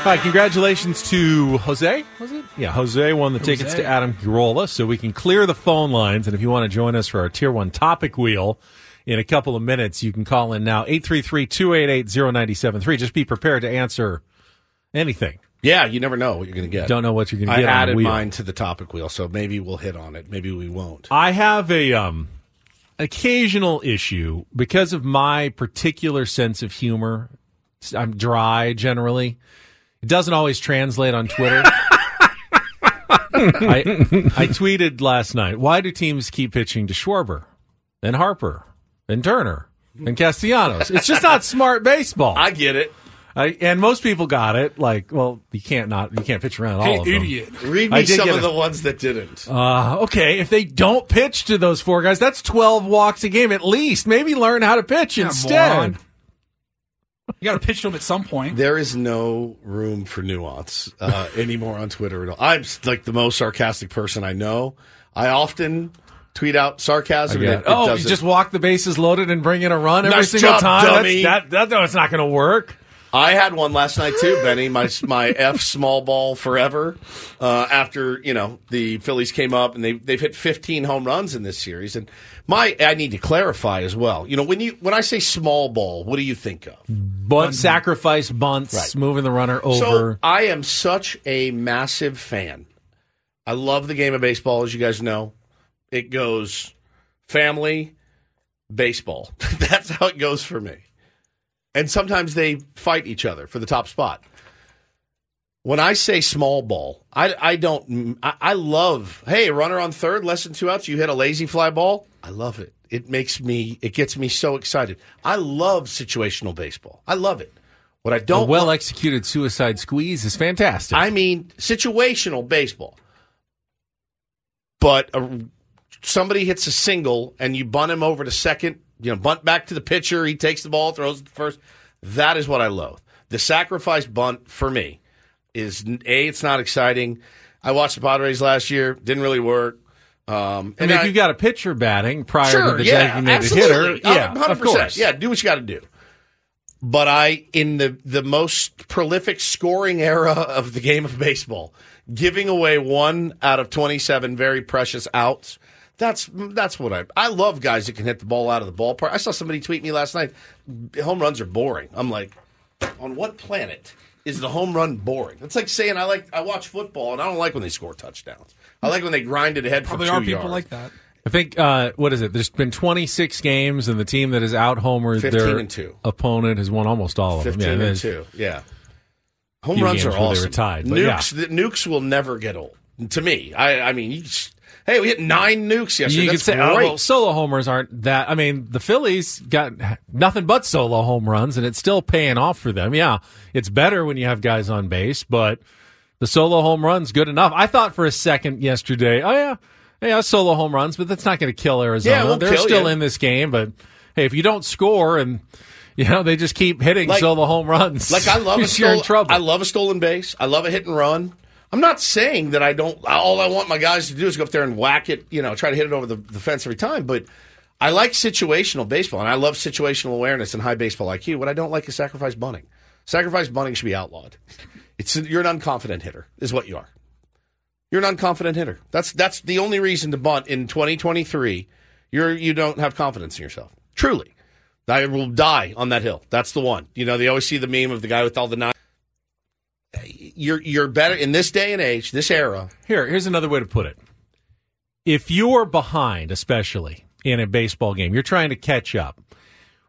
E: All right, congratulations to Jose. Was it? Yeah, Jose won the
F: Jose.
E: tickets to Adam Girola, so we can clear the phone lines. And if you want to join us for our Tier 1 topic wheel in a couple of minutes, you can call in now, 833-288-0973. Just be prepared to answer anything.
D: yeah, you never know what you're going to get.
E: Don't know what you're going to
D: I
E: get on the
D: added
E: wheel.
D: mine to the topic wheel, so maybe we'll hit on it. Maybe we won't.
E: I have a um occasional issue because of my particular sense of humor. I'm dry generally. It doesn't always translate on Twitter. I, I tweeted last night. Why do teams keep pitching to Schwarber and Harper and Turner and Castellanos? It's just not smart baseball. I
D: get it.
E: I, and most people got it. Like, well, you can't not you can't pitch around all of them.
D: Read
E: I
D: me
E: did
D: some
E: get
D: of
E: it.
D: the ones that didn't.
E: Uh, okay, if they don't pitch to those four guys, that's 12 walks a game at least. Maybe learn how to pitch instead.
C: moron. You got to pitch to him at some point.
D: There is no room for nuance uh, anymore on Twitter at all. I'm like the most sarcastic person I know. I often tweet out sarcasm. and it- it
E: oh, you
D: doesn't-
E: just walk the bases loaded and bring in a run every
D: Nice
E: single
D: job,
E: time.
D: dummy.
E: That's, that, that, no, it's not going to work.
D: I had one last night too, Benny. My my F small ball forever. Uh, after you know the Phillies came up and they they've hit 15 home runs in this series. And my I need to clarify as well. You know when you when I say small ball, what do you think of?
E: Bunt sacrifice bunts,
D: Right.
E: moving the runner
D: So
E: over.
D: I am such a massive fan. I love the game of baseball, as you guys know. It goes family, baseball. [LAUGHS] That's how it goes for me. And sometimes they fight each other for the top spot. When I say small ball, I, I don't. I, I love. Hey, runner on third, less than two outs. You hit a lazy fly ball. I love it. It makes me. It gets me so excited. I love situational baseball. I love it. What I
E: a
D: don't
E: well executed suicide squeeze is fantastic.
D: I mean, situational baseball. But a, somebody hits a single and you bunt him over to second, you know, bunt back to the pitcher. He takes the ball, throws it to first. That is what I loathe. The sacrifice bunt for me is a. It's not exciting. I watched the Padres last year. Didn't really work. Um,
E: I mean, if you got a pitcher batting prior
D: sure,
E: to the
D: yeah,
E: designated
D: absolutely.
E: hitter, yeah,
D: 100%,
E: of course,
D: yeah, do what you got to do. But I, in the the most prolific scoring era of the game of baseball, giving away one out of twenty seven very precious outs. That's that's what I I love guys that can hit the ball out of the ballpark. I saw somebody tweet me last night. Home runs are boring. I'm like, on what planet is the home run boring? That's like saying I like I watch football and I don't like when they score touchdowns. I like when they grind it ahead
C: Probably
D: for two
C: are people
D: yards.
C: like that.
E: I think uh, what is it? There's been 26 games, and the team that is out homered
D: 15
E: their
D: and two.
E: opponent has won almost all of them.
D: 15
E: yeah,
D: and
E: there's-
D: 2. Yeah. Home
E: few
D: runs are
E: games where they
D: awesome.
E: were tied, but yeah.
D: nukes, the, nukes will never get old. To me, I, I mean, you just- hey, we hit nine nukes yesterday.
E: You could
D: That's
E: say, oh,
D: great.
E: well, solo homers aren't that. I mean, the Phillies got nothing but solo home runs, and it's still paying off for them. Yeah, it's better when you have guys on base, but the solo home run's good enough. I thought for a second yesterday, oh, yeah, yeah, solo home runs, but that's not going to kill Arizona.
D: Yeah, it won't
E: They're
D: kill
E: still
D: you.
E: in this game, but hey, if you don't score and, [LAUGHS] you know, they just keep hitting
D: Like-
E: solo home runs,
D: Like I love
E: [LAUGHS] you're
D: a stolen.
E: in trouble.
D: I love a stolen base. I love a hit and run. I'm not saying that I don't. All I want my guys to do is go up there and whack it. You know, try to hit it over the, the fence every time. But I like situational baseball, and I love situational awareness and high baseball IQ. What I don't like is sacrifice bunting. Sacrifice bunting should be outlawed. It's you're an unconfident hitter, is what you are. You're an unconfident hitter. That's that's the only reason to bunt in 2023. You're you don't have confidence in yourself. Truly, I will die on that hill. That's the one. You know they always see the meme of the guy with all the nine. You're you're better in this day and age, this era.
E: Here, here's another way to put it. If you're behind, especially in a baseball game, you're trying to catch up.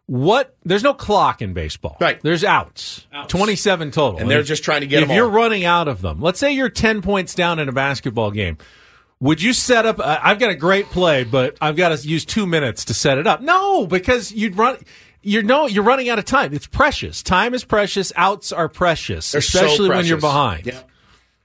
E: What? There's no clock in baseball. Right. There's outs. 27 total.
D: And they're just trying to get
E: If
D: them
E: you're
D: all.
E: running out of them, let's say you're 10 points down in a basketball game. Would you set up? Uh, I've got a great play, but I've got to use two minutes to set it up. No, because you'd run. You're no, you're running out of time. It's precious. Time is precious. Outs are precious,
D: They're so
E: especially when you're
D: precious.
E: behind.
D: Yeah.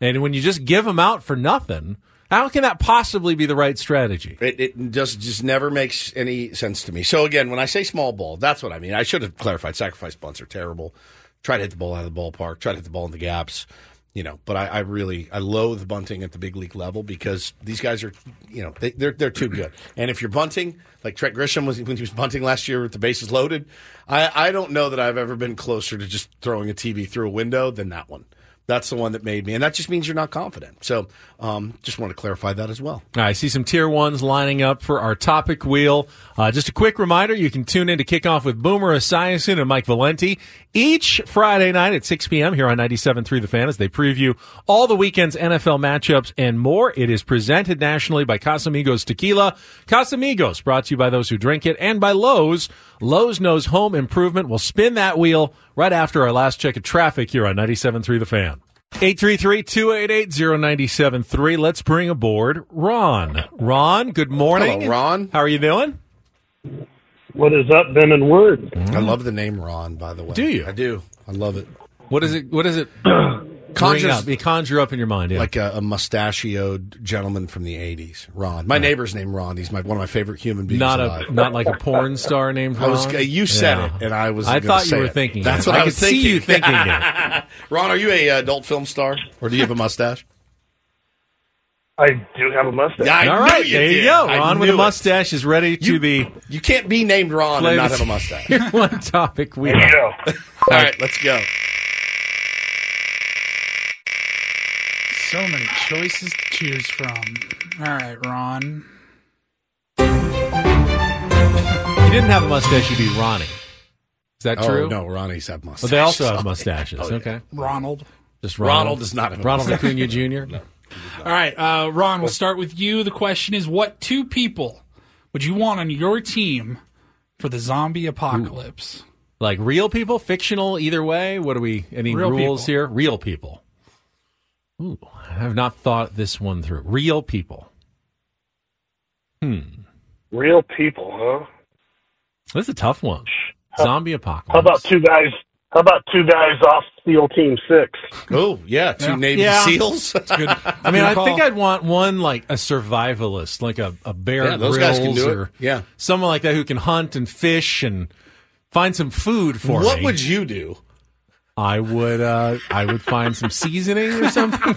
E: And when you just give them out for nothing, how can that possibly be the right strategy?
D: It, it just just never makes any sense to me. So again, when I say small ball, that's what I mean. I should have clarified. Sacrifice bunts are terrible. Try to hit the ball out of the ballpark. Try to hit the ball in the gaps. You know, but I, I really I loathe bunting at the big league level because these guys are you know they, they're they're too good. And if you're bunting like Trent Grisham was when he was bunting last year with the bases loaded, I I don't know that I've ever been closer to just throwing a TV through a window than that one. That's the one that made me, and that just means you're not confident. So, um, just want to clarify that as well.
E: I see some tier ones lining up for our topic wheel. Uh, just a quick reminder, you can tune in to kickoff with Boomer Esiason and Mike Valenti each Friday night at 6 p.m. here on 97.3 The Fan as they preview all the weekend's NFL matchups and more. It is presented nationally by Casamigos Tequila. Casamigos brought to you by those who drink it and by Lowe's. Lowe's knows home improvement. We'll spin that wheel right after our last check of traffic here on 97.3 The Fan. 833-288-0973. Let's bring aboard Ron. Ron, good morning.
D: Hello, Ron.
E: How are you doing?
H: What is up, Ben and Word?
D: I love the name Ron, by the way.
E: Mm-hmm. Do you?
D: I do. I love it.
E: What is it what is it conjure
D: [CLEARS THROAT] Conjures-
E: up? You conjure up in your mind, yeah.
D: Like a, a mustachioed gentleman from the '80s, Ron. My neighbor's name Ron. He's my one of my favorite human beings.
E: not
D: alive.
E: a not like a porn star named Ron.
D: I was. You said
E: Yeah.
D: it, and I was.
E: I
D: gonna
E: thought you
D: say
E: were
D: it.
E: thinking.
D: That's
E: it.
D: what I,
E: could
D: was
E: see
D: thinking. [LAUGHS]
E: you thinking it.
D: Ron, are you a uh, adult film star, or do you have a mustache?
H: I do have a mustache.
D: [LAUGHS] Yeah, I
E: All
D: knew
E: right,
D: you
E: there
D: did.
E: you go.
D: I
E: Ron with a
D: knew it.
E: mustache is ready to be
D: You
E: [LAUGHS]
D: can't be named Ron and not have a mustache.
E: One topic
D: [LAUGHS]
E: we
H: There you go.
D: All right, let's go.
C: So many choices to choose from. All right, Ron.
E: you didn't have a mustache, you'd be Ronnie. Is that
D: Oh,
E: true?
D: no, Ronnie's have
E: Oh, they
D: mustaches.
E: also have mustaches.
D: Oh, yeah.
E: Okay.
C: Ronald.
E: Just
D: Ronald
E: Ronald.
D: does not have a
E: Ronald
D: mustache. [LAUGHS]
E: Acuna Jr. no.
C: All right, uh, Ron, we'll start with you. The question is what two people would you want on your team for the zombie apocalypse?
E: Like real people, fictional, either way. What are we? Any
C: Real
E: rules
C: people.
E: here? Real people. Ooh, I have not thought this one through. Real people. Hmm.
H: Real people, huh?
E: This is a tough one. Zombie apocalypse.
H: How about two guys? How about two guys off SEAL Team Six?
D: Oh yeah, two
E: Yeah.
D: Navy
E: Yeah.
D: SEALs.
E: [LAUGHS] I mean, I think I'd want one like a survivalist, like a, a bear
D: Yeah, those guys can do it.
E: or
D: Yeah.
E: someone like that who can hunt and fish and find some food for me.
D: What would you do? [LAUGHS]
E: I would uh, I would find some seasoning
D: [LAUGHS]
E: or something.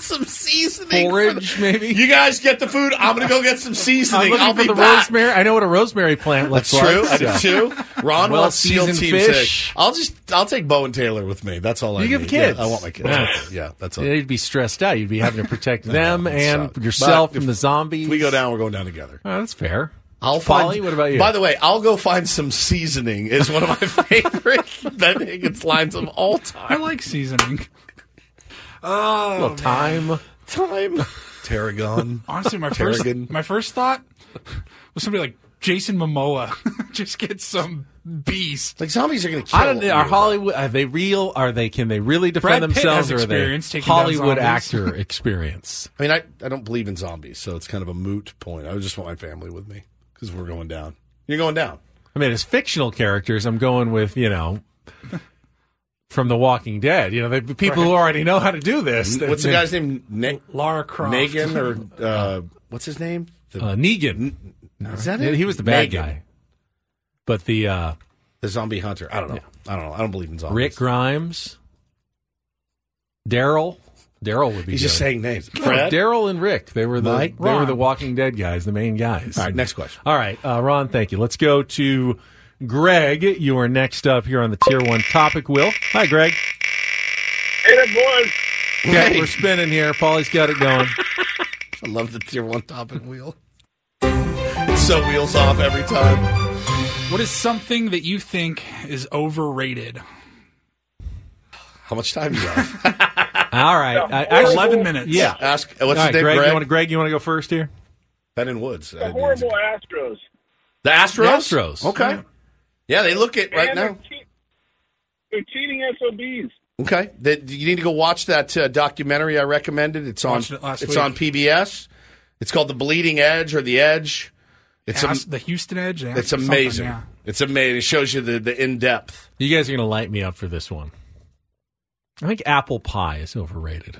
D: some seasoning,
E: Forage, maybe.
D: You guys get the food. I'm gonna go get some
E: I'm
D: seasoning.
E: looking
D: I'll
E: for
D: be
E: the
D: back.
E: rosemary. I know what a rosemary plant looks
D: That's true.
E: like.
D: I do
E: so.
D: too. Ron
E: Well
D: wants SEAL
E: seasoned
D: Team
E: fish.
D: Six. I'll just I'll take Bowen Taylor with me. That's all I need.
E: You give kids.
D: Yeah, I want my kids.
E: Yeah.
D: with me. Yeah, that's all.
E: Yeah, You'd be stressed out. You'd be having to protect
D: [LAUGHS] I know,
E: them
D: it
E: and
D: sucks.
E: yourself
D: But
E: from the
D: if-
E: zombies.
D: If we go down, we're going down together.
E: Oh, that's fair.
D: I'll
E: Polly,
D: find.
E: what about you?
D: By the way, I'll go find some seasoning. Is one of my [LAUGHS] favorite Ben Higgins lines of all time.
C: I like seasoning. Oh,
E: a little time.
D: Time. Tarragon.
C: Honestly, my
D: Tarragon.
C: first my first thought was somebody like Jason Momoa. [LAUGHS] Just get some beast.
D: Like zombies are going to
E: I don't. know. Are Hollywood? Are they real? Are they? Can they really defend
C: Brad Pitt
E: themselves?
C: has
E: or
C: experience
E: are they
C: taking down
E: Hollywood
C: zombies.
D: [LAUGHS]
E: actor experience?
D: I mean, I, I don't believe in zombies, so it's kind of a moot point. I would just want my family with me because we're going down. You're going down.
E: I mean, as fictional characters, I'm going with you know, from The Walking Dead. You know, the people who already know how to do this.
D: What's the
E: They-
D: guy's name? Na-
C: Lara Croft.
D: Negan
E: [LAUGHS]
D: or uh, what's his name? The,
E: Uh, Negan.
D: is that
E: Yeah,
D: it?
E: He was the bad
D: Negan.
E: guy. But the uh,
D: the zombie hunter. I don't know. I don't know. I don't believe in zombies.
E: Rick Grimes, Daryl. Daryl would be.
D: He's just
E: good.
D: saying
E: [LAUGHS]
D: names.
E: No,
D: Fred?
E: Daryl and Rick. They were the
D: Mike?
E: they were
D: Ron.
E: the Walking Dead guys, the main guys.
D: All right, next question.
E: All right, uh, Ron, thank you. Let's go to Greg. You are next up here on the Tier 1 topic, Will. Hi, Greg.
H: Hey, boys.
E: Okay, we're spinning here. Paulie's got it going.
D: [LAUGHS] I love the tier one topic wheel. It so wheels off every time.
C: What is something that you think is overrated?
D: How much time do you have?
E: [LAUGHS]
D: [LAUGHS]
E: All right. I, actually,
C: 11 minutes.
E: Yeah.
D: Ask what's
E: All
D: his
E: right,
D: name?
E: Greg,
D: Greg.
E: You want to, Greg, you want to go first here?
D: ben and Woods.
H: The horrible Astros.
D: The Astros.
E: The Astros.
D: Okay. Yeah. they look it right
H: And
D: now.
H: They're, cheat- they're cheating SOBs.
D: Okay, that you need to go watch that uh, documentary I recommended. It's on.
C: Watched it last
D: it's
C: week.
D: on PBS. It's called The Bleeding Edge or The Edge. It's am-
C: Ask the Houston Edge. ask
D: it's
C: something,
D: amazing.
C: yeah.
D: It's amazing. It shows you the, the in depth.
E: You guys are going to light me up for this one. I think apple pie is overrated.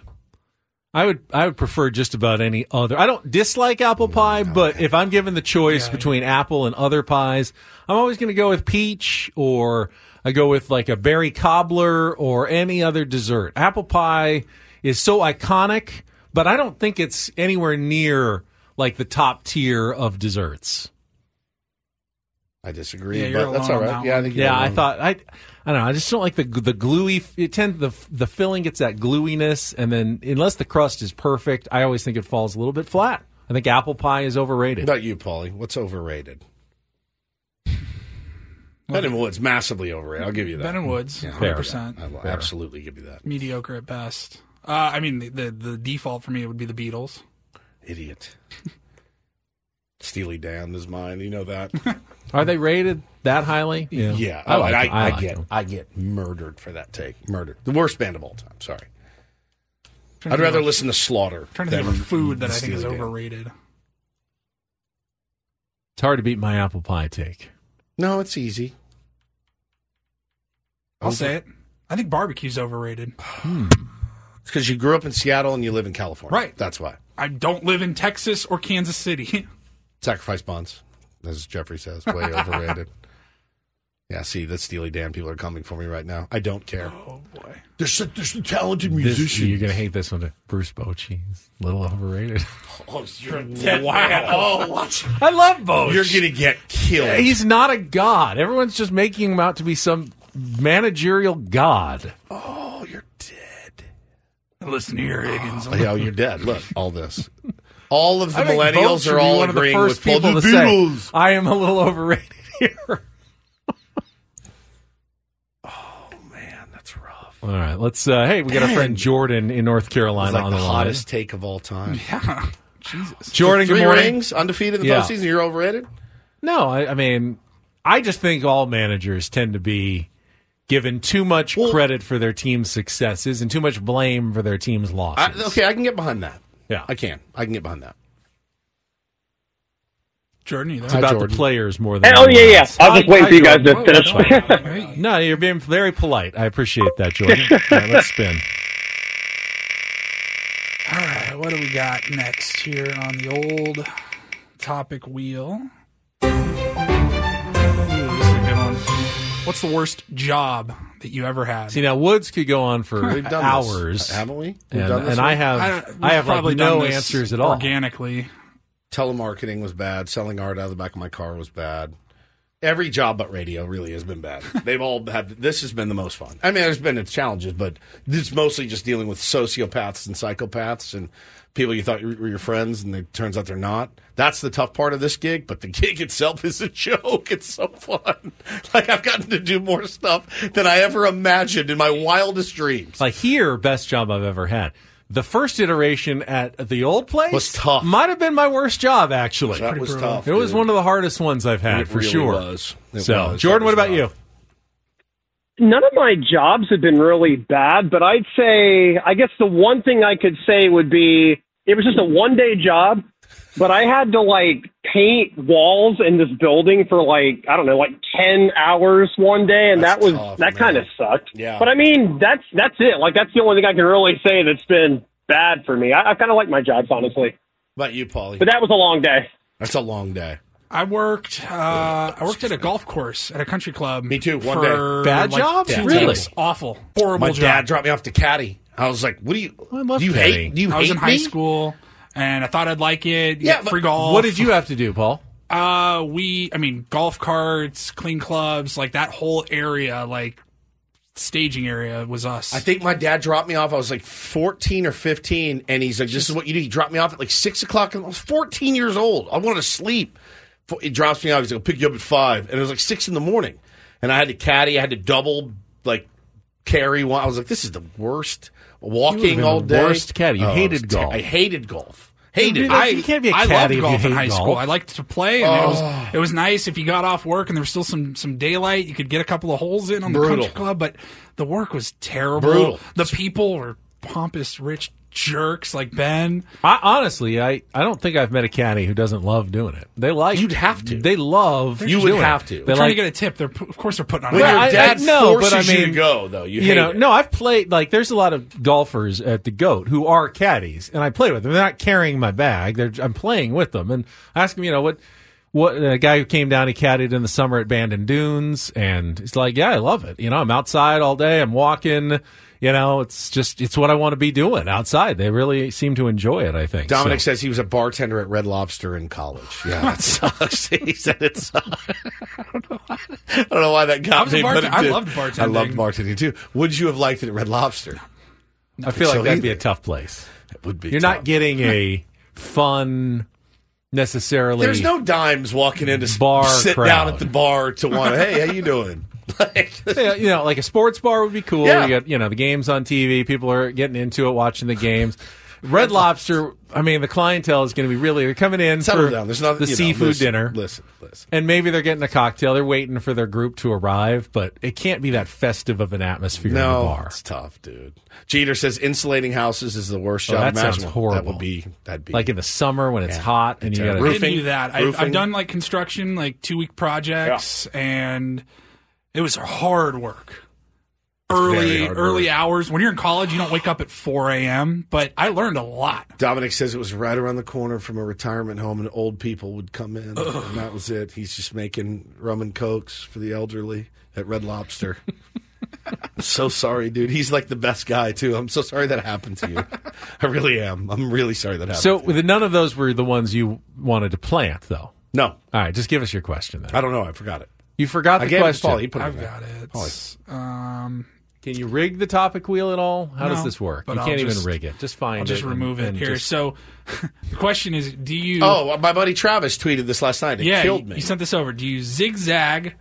E: I would I would prefer just about any other. I don't dislike apple pie, but if I'm given the choice between apple and other pies, I'm always going to go with peach or I go with like a berry cobbler or any other dessert. Apple pie is so iconic, but I don't think it's anywhere near like the top tier of desserts.
D: I disagree,
C: Yeah, you're
D: but that's
C: alone
D: all
C: on
D: right.
C: that one.
D: yeah, um, I think. you're
E: Yeah, I
D: alone.
E: thought I, I don't know. I just don't like the the gluey. It tend the the filling gets that glueiness, and then unless the crust is perfect, I always think it falls a little bit flat. I think apple pie is
D: What
E: overrated.
D: about you, Paulie? What's overrated? Ben and Woods massively overrated. I'll give you that.
C: Ben and Woods,
D: Yeah,
C: 100%.
D: I will absolutely give you that.
C: Mediocre at best. Uh, I mean, the, the the default for me would be the Beatles.
E: [LAUGHS]
D: Idiot. Steely Dan is mine. You know
E: [LAUGHS]
D: that.
E: Are they rated that highly?
D: Yeah.
E: I
D: Oh,
E: like
D: and
E: them. I
D: I, I,
E: like
D: get
E: them.
D: I get murdered for that take. Murdered. The worst band of all time. Sorry.
C: Trying to
D: I'd
C: think
D: rather
C: of-
D: listen to Slaughter.
C: Trying to think
D: than
C: of a food that I think is
D: Steely Dan.
C: overrated.
E: It's hard to beat my apple pie take.
D: No, it's easy.
C: I'll say it. I think barbecue's overrated.
D: It's because you grew up in Seattle and you live in California.
C: Right.
D: That's why.
C: I don't live in Texas or Kansas City. [LAUGHS]
D: Sacrifice bonds, as Jeffrey says, way overrated. Yeah, see, the Steely Dan people are coming for me right now. I don't care.
C: oh boy.
D: They're such they're such talented
E: This-
D: musicians.
E: you're gonna hate this one. too. Bruce Bochy's a little overrated.
D: Oh, you're dead. Wow. Oh, watch.
E: I love Bochy.
D: You're gonna get killed.
E: He's not a god. Everyone's just making him out to be some managerial god.
D: oh, you're dead.
C: I
D: Oh,
C: Listen here, Higgins.
D: Yeah, you're dead. Look, all this. All of the
C: I think both
D: millennials
C: should
D: are
C: be
D: all
C: one of the
D: agreeing
C: first
D: with Paul.
C: people
D: The
C: to say,
D: Beatles.
E: I am a little [LAUGHS] overrated here. [LAUGHS]
D: Oh,
E: All right, let's. Uh, hey, we got our
D: Dang.
E: friend Jordan in North
D: It's
E: Carolina
D: like
E: on
D: the
E: the, line.
D: hottest take of all time.
C: Yeah. Jesus.
E: Jordan,
D: three
E: good morning.
D: rings, undefeated in the
E: Yeah.
D: postseason. You're overrated.
E: No, I, I mean, I just think all managers tend to be given too much credit for their team's successes and too much blame for their team's
D: I,
E: losses.
D: okay, I can get behind that.
E: yeah,
D: I can. I can get behind that.
C: Jordan, you there?
E: It's about the players more than.
C: Hey, oh,
E: anyone
C: yeah, yeah.
E: else.
C: I was just waiting for you
E: I-
C: guys to
E: Jordan.
C: finish.
E: no, you're being very polite. I appreciate that, Jordan.
C: [LAUGHS]
E: All right, let's spin.
C: All right, what do we got next here on the old topic wheel? Ooh, this is a good one. What's the worst job that you ever had?
E: See now, Woods could go on for
C: We've done this,
E: hours,
D: haven't we? We've
E: and
D: done this
E: and
D: one.
E: I have,
D: I
E: I,
D: don't-
C: we've
E: have
C: probably
E: like
C: done
E: no
C: this
E: answers at all.
C: Organically,
D: telemarketing was bad. Selling art out of the back of my car was bad. Every job but radio really has been bad. They've all had this has been the most fun. I mean, there's been its challenges, but it's mostly just dealing with sociopaths and psychopaths and people you thought were your friends, and it turns out they're not. That's the tough part of this gig, but the [LAUGHS] gig itself is a joke. It's so fun. [LAUGHS] Like I've gotten to do more stuff than I ever imagined in my wildest dreams.
E: Like here, best job I've ever had. The first iteration at the old place
D: Was tough.
E: Might have been my worst job actually.
D: That was tough.
E: It was
D: dude.
E: one of the hardest ones I've had
D: It
E: for
D: really
E: sure.
D: was. It
E: so,
D: was.
E: Jordan,
D: That
E: what
D: was
E: about you?
O: None of my jobs have been really bad, but I'd say, I guess the one thing I could say would be it was just a one day job, but I had to like paint walls in this building for like, I don't know, like 10 hours one day. And that was, that kind of sucked.
D: Yeah.
O: But I mean, that's, that's it. Like, that's the only thing I can really say that's been bad for me. I, I kind of like my jobs, honestly.
D: About you, Paulie.
O: But that was a long day.
D: That's a long day.
C: I worked. Uh, I worked at a golf course at a country club. Me
D: too. One day.
C: for
D: Bad
C: like
D: job?
C: two
D: Really?
C: weeks. Awful. Horrible
D: My
C: job.
D: dad dropped me off to caddy. I was like, "What do you? do you hate? Do you
C: I was
D: hate
C: in high
D: me?
C: school, and I thought I'd like it.
D: Yeah,
C: Yeah,
D: but
C: free golf.
E: What did you have to do, Paul?
C: Uh, we, I mean, golf carts, clean clubs, like that whole area, like staging area was us.
D: I think my dad dropped me off. I was like 14 or 15, and he's like, "This is what you do." He dropped me off at like six o'clock. And I was 14 years old. I wanted to sleep. F- He drops me off. He's like, "I'll "Pick you up at five. and it was like six in the morning. And I had to caddy. I had to double like carry one. I was like, "This is the worst."
E: You would've
D: Walking
E: been
D: all
E: the
D: day.
E: worst caddy. You
D: Oh, it
E: hated
D: was ter-
E: golf.
D: I hated golf. Hated. it.
C: I, I
D: I- I
C: loved
D: loved
C: golf in high school. I
D: like.
C: liked to play, and it
D: Oh.
C: was it was nice if you got off work and there was still some some daylight. You could get a couple of holes in on the
D: Brutal.
C: country club, but the work was terrible.
E: Brutal.
C: The people were pompous, rich jerks like Ben.
E: I honestly, I, I don't think I've met a caddy who doesn't love doing it. They like you'd have to. They love
C: They're
E: you
C: just
E: would
C: doing
E: have
C: it.
E: to. They
C: They're trying
E: like
C: to get a tip. They're of course they're putting on.
E: Well,
C: a
E: I- I- no, but I
C: hate
E: mean, know, no. I've played like there's a lot of golfers at the goat who are caddies, and I play with them. They're not carrying my bag. They're I'm playing with them, and I ask them, you know, what what a guy who came down, he caddied in the summer at Bandon Dunes, and he's like, yeah, I love it. You know, I'm outside all day. I'm walking. You know, it's just it's what I want to be doing outside. They really seem to enjoy it. I think
D: Dominic
E: So-
D: says he was a bartender at Red Lobster in college. Yeah, it sucks. he said it sucks. [LAUGHS] I don't know why that got
C: I was a
D: me. but
C: bartender.
D: it
C: I
D: did.
C: loved bartending.
D: I loved bartending too. Would you have liked it at Red Lobster?
E: I feel like
D: So
E: that'd be
D: either.
E: a tough place.
D: It would be.
E: You're
D: tough.
E: not getting a fun necessarily.
D: There's no dimes walking into s-
E: bar
D: Sit down
E: crowd.
D: at the bar to one. Hey, how you doing? [LAUGHS]
E: Yeah, you know, like a sports bar would be cool.
D: Yeah.
E: You got you know the games on TV. People are getting into it, watching the games. Red Lobster. I mean, the clientele is going to be really. They're coming in
D: Settle
E: for
D: down. There's nothing. you
E: the
D: know,
E: seafood
D: listen,
E: dinner,
D: Listen, listen.
E: and maybe they're getting a cocktail. They're waiting for their group to arrive, but it can't be that festive of an atmosphere in the
D: No,
E: bar.
D: it's tough, dude. Jeter says insulating houses is the worst
E: Oh,
D: job.
E: that sounds
D: imaginable.
E: horrible.
D: That would be. That'd be
E: Like in the summer when it's
D: Yeah.
E: hot and you got
D: Terrible.
E: to
C: I didn't do that. I, I've done like construction, like two week projects, and it was hard work. Early,
D: very hard
C: early
D: work.
C: hours. When you're in college, you don't wake up at 4 a.m. But I learned a lot.
D: Dominic says it was right around the corner from a retirement home, and old people would come in, and that was it. He's just making rum and cokes for the elderly at
C: [LAUGHS]
D: Red Lobster. I'm so sorry, dude. He's like the best guy too. I'm so sorry that happened to you. I really am. I'm really sorry that happened.
E: [LAUGHS] So the- none of those were the ones you wanted to plant, though.
D: No.
E: All right, just give us your question then.
D: I don't know. I forgot it.
E: You forgot
D: I
E: the
D: gave it to
E: question.
D: Paul. He put it
C: I've
D: in there.
C: got it.
D: Paul.
C: Um,
E: Can you rig the topic wheel at all? How does
C: No,
E: this work?
C: but
E: You can't
C: I'll
E: even
C: just-
E: rig it. Just find
C: I'll just
E: it and-
C: remove it
E: and
C: here.
E: just-
C: So [LAUGHS] the question is, do you?
D: Oh, my buddy Travis tweeted this last night. It
C: yeah,
D: killed
C: you-
D: me.
C: You sent this over. Do you zigzag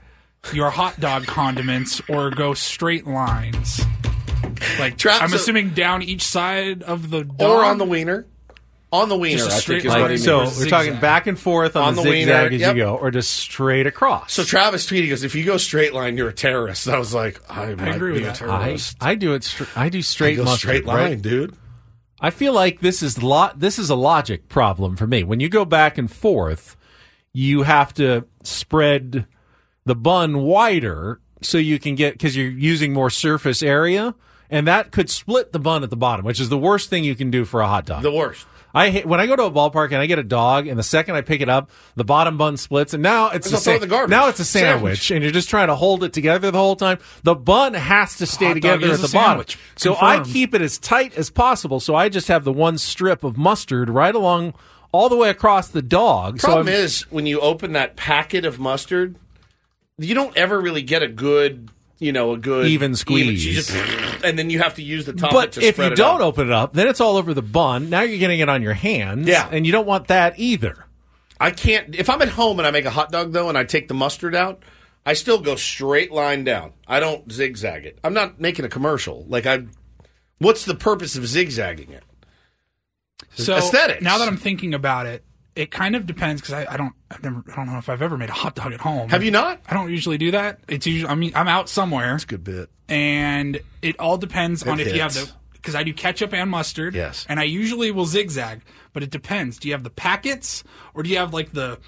C: your hot dog condiments or go straight lines? Like
D: Tra-
C: I'm
D: so-
C: assuming down each side of the dog?
D: or on the wiener. On the wiener,
C: Just a
D: I
C: straight
D: think is
C: line.
D: what he
E: so
D: means.
E: we're talking back and forth on,
D: On
E: the,
D: the wiener,
E: zigzag as
D: yep.
E: you go, or just straight across.
D: So Travis tweeted, he goes, "If you go straight line, you're a terrorist." I was like, "I, might
E: agree
D: be
E: with
D: a
E: that.
D: terrorist."
E: I do it. Str- I do straight.
D: I go
E: mustard,
D: straight
E: right?
D: line, dude.
E: I feel like this is lo- This is a logic problem for me. When you go back and forth, you have to spread the bun wider so you can get because you're using more surface area, and that could split the bun at the bottom, which is the worst thing you can do for a hot dog.
D: The worst.
E: I hate, when I go to a ballpark and I get a dog, and the second I pick it up, the bottom bun splits, and now it's
D: I'll
E: a
D: throw it in the garbage.
E: now it's a
D: Sandwich.
E: sandwich, and you're just trying to hold it together the whole time. The bun has to stay
C: Hot dog
E: together
C: is
E: at
C: a
E: the bottom,
C: sandwich.
E: so I
C: Confirmed.
E: keep it as tight as possible. So I just have the one strip of mustard right along all the way across the dog.
D: Problem
E: so I'm-
D: is when you open that packet of mustard, you don't ever really get a good, you know, a good
E: Even
D: you
E: squeeze.
D: just- and then you have to use the top.
E: But
D: to
E: if
D: spread
E: you
D: it
E: don't
D: out.
E: open it up, then it's all over the bun. Now you're getting it on your hands,
D: Yeah.
E: and you don't want that either.
D: I can't. If I'm at home and I make a hot dog though, and I take the mustard out, I still go straight line down. I don't zigzag it. I'm not making a commercial. Like I, what's the purpose of zigzagging it?
C: So
D: Aesthetics.
C: Now that I'm thinking about it, it kind of depends because I, I don't I've never I don't know if I've ever made a hot dog at home.
D: Have you not?
C: I don't usually do that. It's usually I mean I'm out somewhere. It's a
D: good bit.
C: And it all depends
D: It
C: on if you have
D: hits.
C: the because I do ketchup and mustard.
D: Yes.
C: And I usually will zigzag, but it depends. Do you have the packets or do you have like the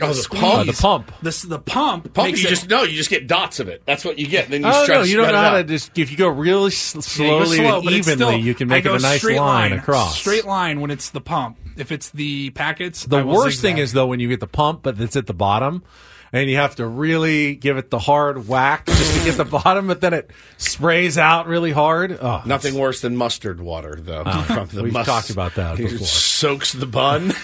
D: Oh, the
C: squeeze?
D: pump. Oh, the pump.
C: The, s- the pump.
D: Pump
C: makes
D: is
C: it-
D: just no. You just get dots of it. That's what you get. Then you
E: oh
D: just try
E: no,
D: to
E: you don't
D: spread
E: know
D: it
E: how to
D: out.
E: just if you go really sl-
D: Yeah, you go
E: slowly
D: slow,
E: and
D: but it's
E: evenly,
D: still-
E: you can
C: I
E: make it
C: go
E: a nice
C: straight
E: line,
C: line,
E: across.
C: Straight line when it's the pump. If it's the packets, I
E: The
C: will
E: worst
C: zigzag.
E: thing is though when you get the pump, but it's at the bottom, and you have to really give it the hard whack just to get the [LAUGHS] bottom, but then it sprays out really hard. Oh,
D: Nothing worse than mustard water, though.
E: Oh,
D: [LAUGHS] From the
E: we've
D: mus-
E: talked about
D: [LAUGHS]
E: that
D: It
E: before.
D: soaks the bun. [LAUGHS]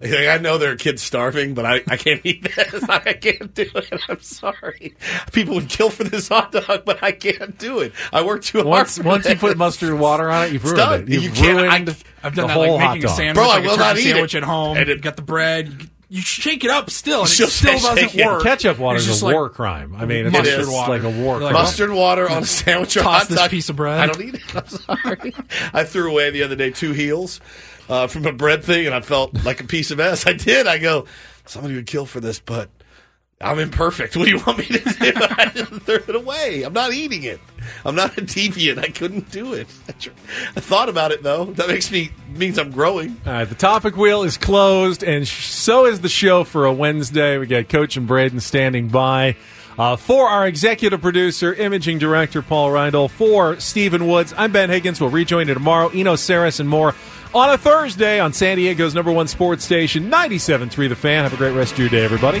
D: Like, I know there are kids starving, but I, I can't eat this. [LAUGHS] I can't do it. I'm sorry. People would kill for this hot dog, but I can't do it. I work too hard.
E: Once
D: for
E: once you
D: this. [LAUGHS]
E: put mustard and water on it, you've
D: It's
E: ruined
D: done.
E: it. You've
D: You can't- I-
E: ruined
C: I've done
E: the
C: that, like
E: whole hot
C: making a
E: dog.
C: sandwich,
D: Bro, I
C: like a
D: will
C: turkey
D: not eat it.
C: sandwich at home.
D: And
C: And
D: it-
C: it, got the bread. You shake it up still, and it
D: Still
C: still, doesn't
D: shake it.
C: work.
E: Ketchup water
C: It's
E: is
C: just
E: a
C: like-
E: war crime. I mean, it's
D: It
E: just
D: is.
E: like a war crime.
D: Mustard
C: [LAUGHS]
D: water on a sandwich or
C: Toss
D: hot
C: this
D: dog.
C: piece of bread.
D: I don't eat it. [LAUGHS] I'm sorry. I threw away the other day two heels uh, from a bread thing, and I felt like a piece of ass. I did. I go, somebody would kill for this, but I'm imperfect. What do you want me to do? [LAUGHS] I just threw it away. I'm not eating it. I'm not a deviant. I couldn't do it. [LAUGHS] I, tr- I thought about it though. That makes me means I'm growing.
E: All right, Uh, the topic wheel is closed, and sh- so is the show for a Wednesday. We got Coach and Braden standing by uh, for our executive producer, imaging director Paul Reindl, for Stephen Woods. I'm Ben Higgins. We'll rejoin you tomorrow. Eno Saris and more on a Thursday on San Diego's number one sports station, 97.3 The Fan. Have a great rest of your day, everybody.